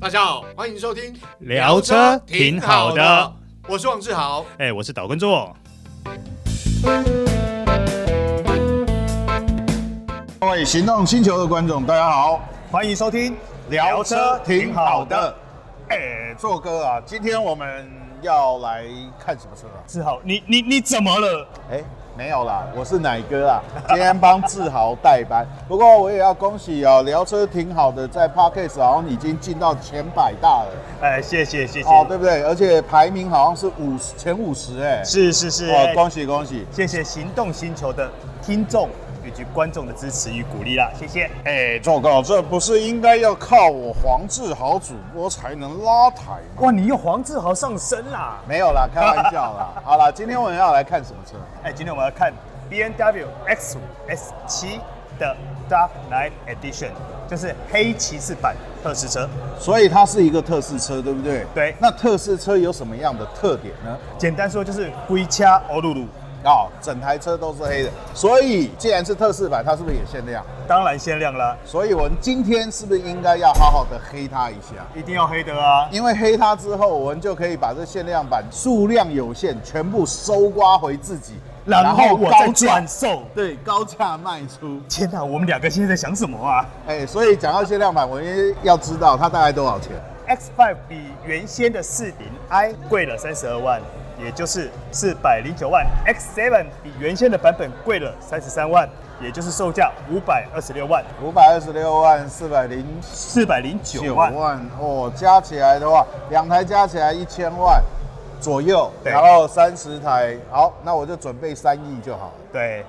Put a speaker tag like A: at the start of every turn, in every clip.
A: 大家好，欢迎收听
B: 聊车挺好的，
A: 我是王志豪。
B: 哎、我是岛根座。
C: 各位行动星球的观众，大家好，
B: 欢迎收听
C: 聊车挺好的。。哎、做哥啊，今天我们要来看什么车啊？
B: 志豪，你你你怎么了？
C: 哎、没有啦，我是奶哥啊， 今天帮志豪代班。不过我也要恭喜哦，聊车挺好的，在 Parkes 好像已经进到前百大了，
B: 哎，谢谢谢谢。
C: 哦，对不对？而且排名好像是五十前五十，哎，
B: 是是是。
C: 哦，
B: 哎
C: 恭喜恭喜！
B: 谢谢行动星球的听众以及观众的支持与鼓励啦，谢谢。
C: 哎，糟糕，这不是应该要靠我黄志豪主播才能拉抬吗？
B: 哇，你又黄志豪上身啦！
C: 没有啦，开玩笑 啦。好啦，今天我们要来看什么车？
B: 哎，今天我们要看 B N W X 5 S 7的 Dark Knight Edition，就是黑骑士版特试车。
C: 所以它是一个特试车，对不对？
B: 对
C: 那特试车有什么样的特点呢？
B: 简单说就是龟掐欧露露，
C: 哦，整台车都是黑的。所以既然是特试版，它是不是也限量？
B: 当然限量啦，
C: 所以我们今天是不是应该要好好的黑它一下？
B: 一定要黑的啊！
C: 因为黑它之后，我们就可以把这限量版数量有限，全部收刮回自己，
B: 然后我再
C: 高价
B: 转售。
C: 对高价卖出。
B: 天哪、我们两个现在在想什么啊
C: 哎，所以讲到限量版，我们要知道它大概多少钱。
B: ？X5 比原先的四零 i 贵了三十二万，也就是四百零九万。X7 比原先的版本贵了三十三万，也就是售价五百二十六万，
C: 五百二十六万四百零
B: 四百零
C: 九
B: 九万。
C: 万哦，加起来的话，两台加起来一千万左右，
B: 对
C: 然后三十台，好，那我就准备三亿就好了。
B: 对，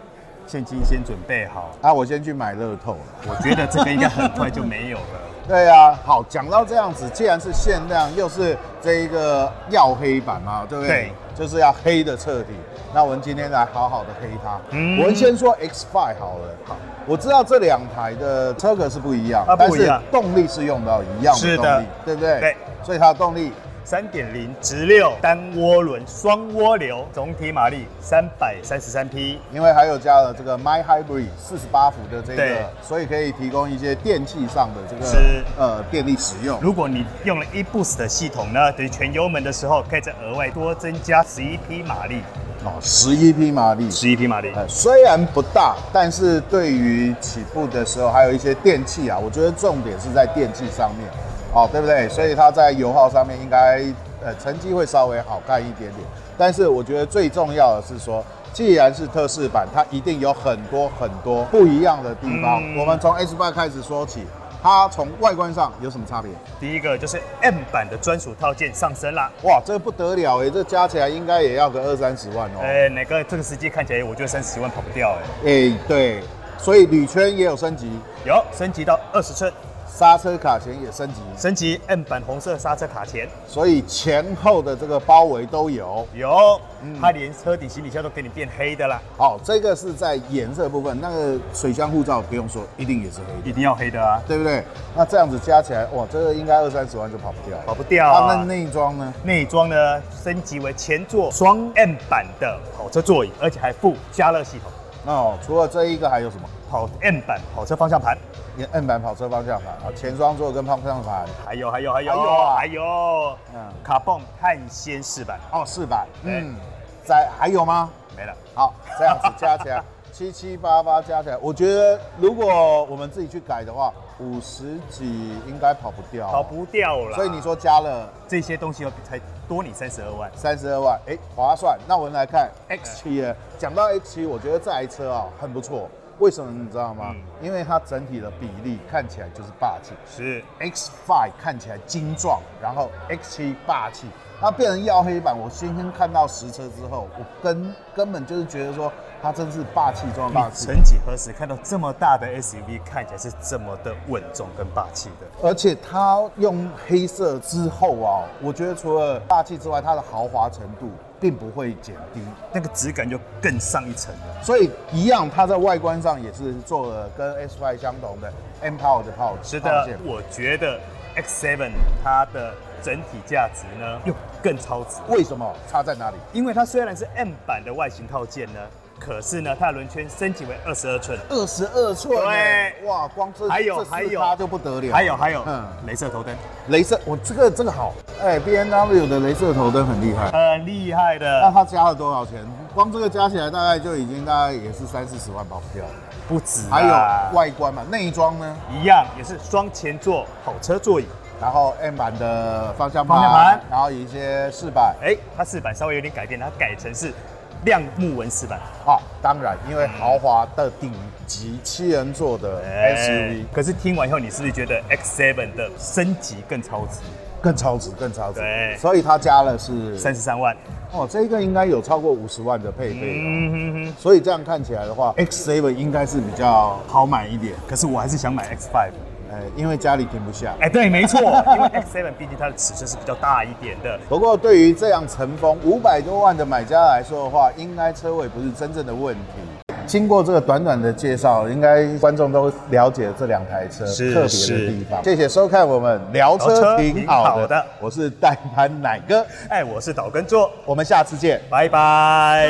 B: 现金先准备好。
C: 啊，我先去买乐透了。
B: 我觉得这个应该很快就没有了。
C: 对啊，好，讲到这样子，既然是限量，又是这一个要黑版嘛，对不对？就是要黑的彻底。那我们今天来好好的黑它。
B: 嗯
C: 我们先说 X5 好了。好，我知道这两台的车格是不一样，
B: 啊
C: 但
B: 不一
C: 是
B: 样
C: 动力是用到一样的
B: 是
C: 动
B: 的
C: 力，对不对？
B: 对。
C: 所以它的动力
B: 三点零直六单涡轮双涡流，总体马力三百三十三匹，
C: 因为还有加了这个 My Hybrid 四十八伏的这
B: 对
C: 个，所以可以提供一些电器上的这
B: 是
C: 个呃电力使用。
B: 如果你用了 eBoost 的系统呢，等于全油门的时候，可以再额外多增加十一匹马力，
C: 哦，十一匹马力，
B: 十一匹马力。
C: 呃，虽然不大，但是对于起步的时候，还有一些电器啊，我觉得重点是在电器上面，哦，对不对？所以它在油耗上面应该呃成绩会稍微好看一点点。但是我觉得最重要的是说，既然是特仕版，它一定有很多很多不一样的地方。
B: 嗯
C: 我们从 S 八开始说起，它从外观上有什么差别？
B: 第一个就是 M 版的专属套件上升啦。
C: 哇，这不得了哎，这加起来应该也要个二三十万哦。
B: 哎、哪个这个司机看起来，我觉得三十万跑不掉哎、
C: 哎，对，所以铝圈也有升级。
B: 有升级到二十寸，
C: 刹车卡钳也升级，
B: 升级 M 版红色刹车卡钳，
C: 所以前后的这个包围都有。
B: 有，它连车底行李箱都给你变黑的啦，
C: 好，这个是在颜色部分，那个水箱护罩不用说，一定也是黑
B: 一
C: 的，
B: 定要黑的啊，
C: 对不对？那这样子加起来，哇，这个应该二三十万就跑不掉了。
B: 跑不掉
C: 啊，
B: 啊。
C: 那内装呢？
B: 内装呢升级为前座双 M 版的跑车座椅，而且还附加热系统，
C: 哦，除了这一个还有什么？
B: 跑 M 版跑车方向盘。
C: 也 N 版跑车方向盘啊，前双座跟方向盘。
B: 还有还有还有
C: 还有啊
B: 还有，
C: 嗯
B: 卡泵碳纤饰版
C: 哦，四百。
B: 对
C: 嗯，在还有吗？
B: 没了，
C: 好，这样子加起来 七七八八加起来，我觉得如果我们自己去改的话，五十几应该跑不掉。
B: 跑不掉了。
C: 所以你说加了
B: 这些东西要才多你三十二万，
C: 三十二万，哎、划算。那我们来看 X 七呢？讲到 X 七，我觉得这台车啊很不错，为什么你知道吗？
B: 嗯
C: 因为它整体的比例看起来就是霸气
B: 是
C: ，X Five 看起来精壮，然后 X 七霸气。它变成耀黑版，我今天看到实车之后，我根根本就是觉得说它真是霸气中的霸
B: 你
C: 气。
B: 曾几何时看到这么大的 SUV 看起来是这么的稳重跟霸气的？
C: 而且它用黑色之后啊，我觉得除了霸气之外，它的豪华程度并不会减低。
B: 那个质感就更上一层了。
C: 所以一样，它在外观上也是做了跟 S Y 相同的 M Power 的炮
B: 是
C: 套
B: 的
C: 件，
B: 我觉得 X7 它的整体价值呢又更超值了。
C: 为什么差在哪里？
B: 因为它虽然是 M 版的外形套件呢，可是呢，它的轮圈升级为二十二寸。
C: 二十二寸欸，
B: 对
C: 哇，光这
B: 还有
C: 这四
B: 还有
C: 趴就不得了，
B: 还有还有，
C: 嗯
B: 嗯，镭射头灯，
C: 镭射，我这个这个好，哎，B N W 的镭射头灯很厉害。
B: 很厉害
C: 那
B: 的，
C: 它加了多少钱？光这个加起来大概就已经大概也是三四十万跑不掉了。
B: 不止啊。
C: 还有外观嘛，内装呢，
B: 一样也是双前座跑车座椅，
C: 然后 M 版的方向
B: 方向盘
C: 盘，然后一些饰板
B: 哎、它饰板稍微有点改变，它改成是亮木纹饰板。
C: 啊，当然，因为豪华的顶级七人座的
B: 哎
C: SUV
B: 可是听完以后，你是不是觉得 X7 的升级更超值？
C: 更超值，更超值
B: 对，
C: 所以它加了是
B: 三十三万，
C: 哦，这个应该有超过五十万的配备哦。
B: 嗯哼哼。
C: 所以这样看起来的话，X7 应该是比较好买一点，
B: 可是我还是想买 X5。
C: 呃，因为家里停不下。
B: 哎、对，没错， 因为 X7 毕竟它的尺寸是比较大一点的，
C: 不过对于这样乘风五百多万的买家来说的话，应该车位不是真正的问题。经过这个短短的介绍，应该观众都了解这两台车
B: 是
C: 特别
B: 是
C: 的地方。谢谢收看我们聊
B: 聊
C: 车
B: 车
C: 挺
B: 挺
C: 好
B: 好
C: 的，
B: 的
C: 我是代班奶哥，
B: 哎、我是岛根座，
C: 我们下次见。
B: 拜拜。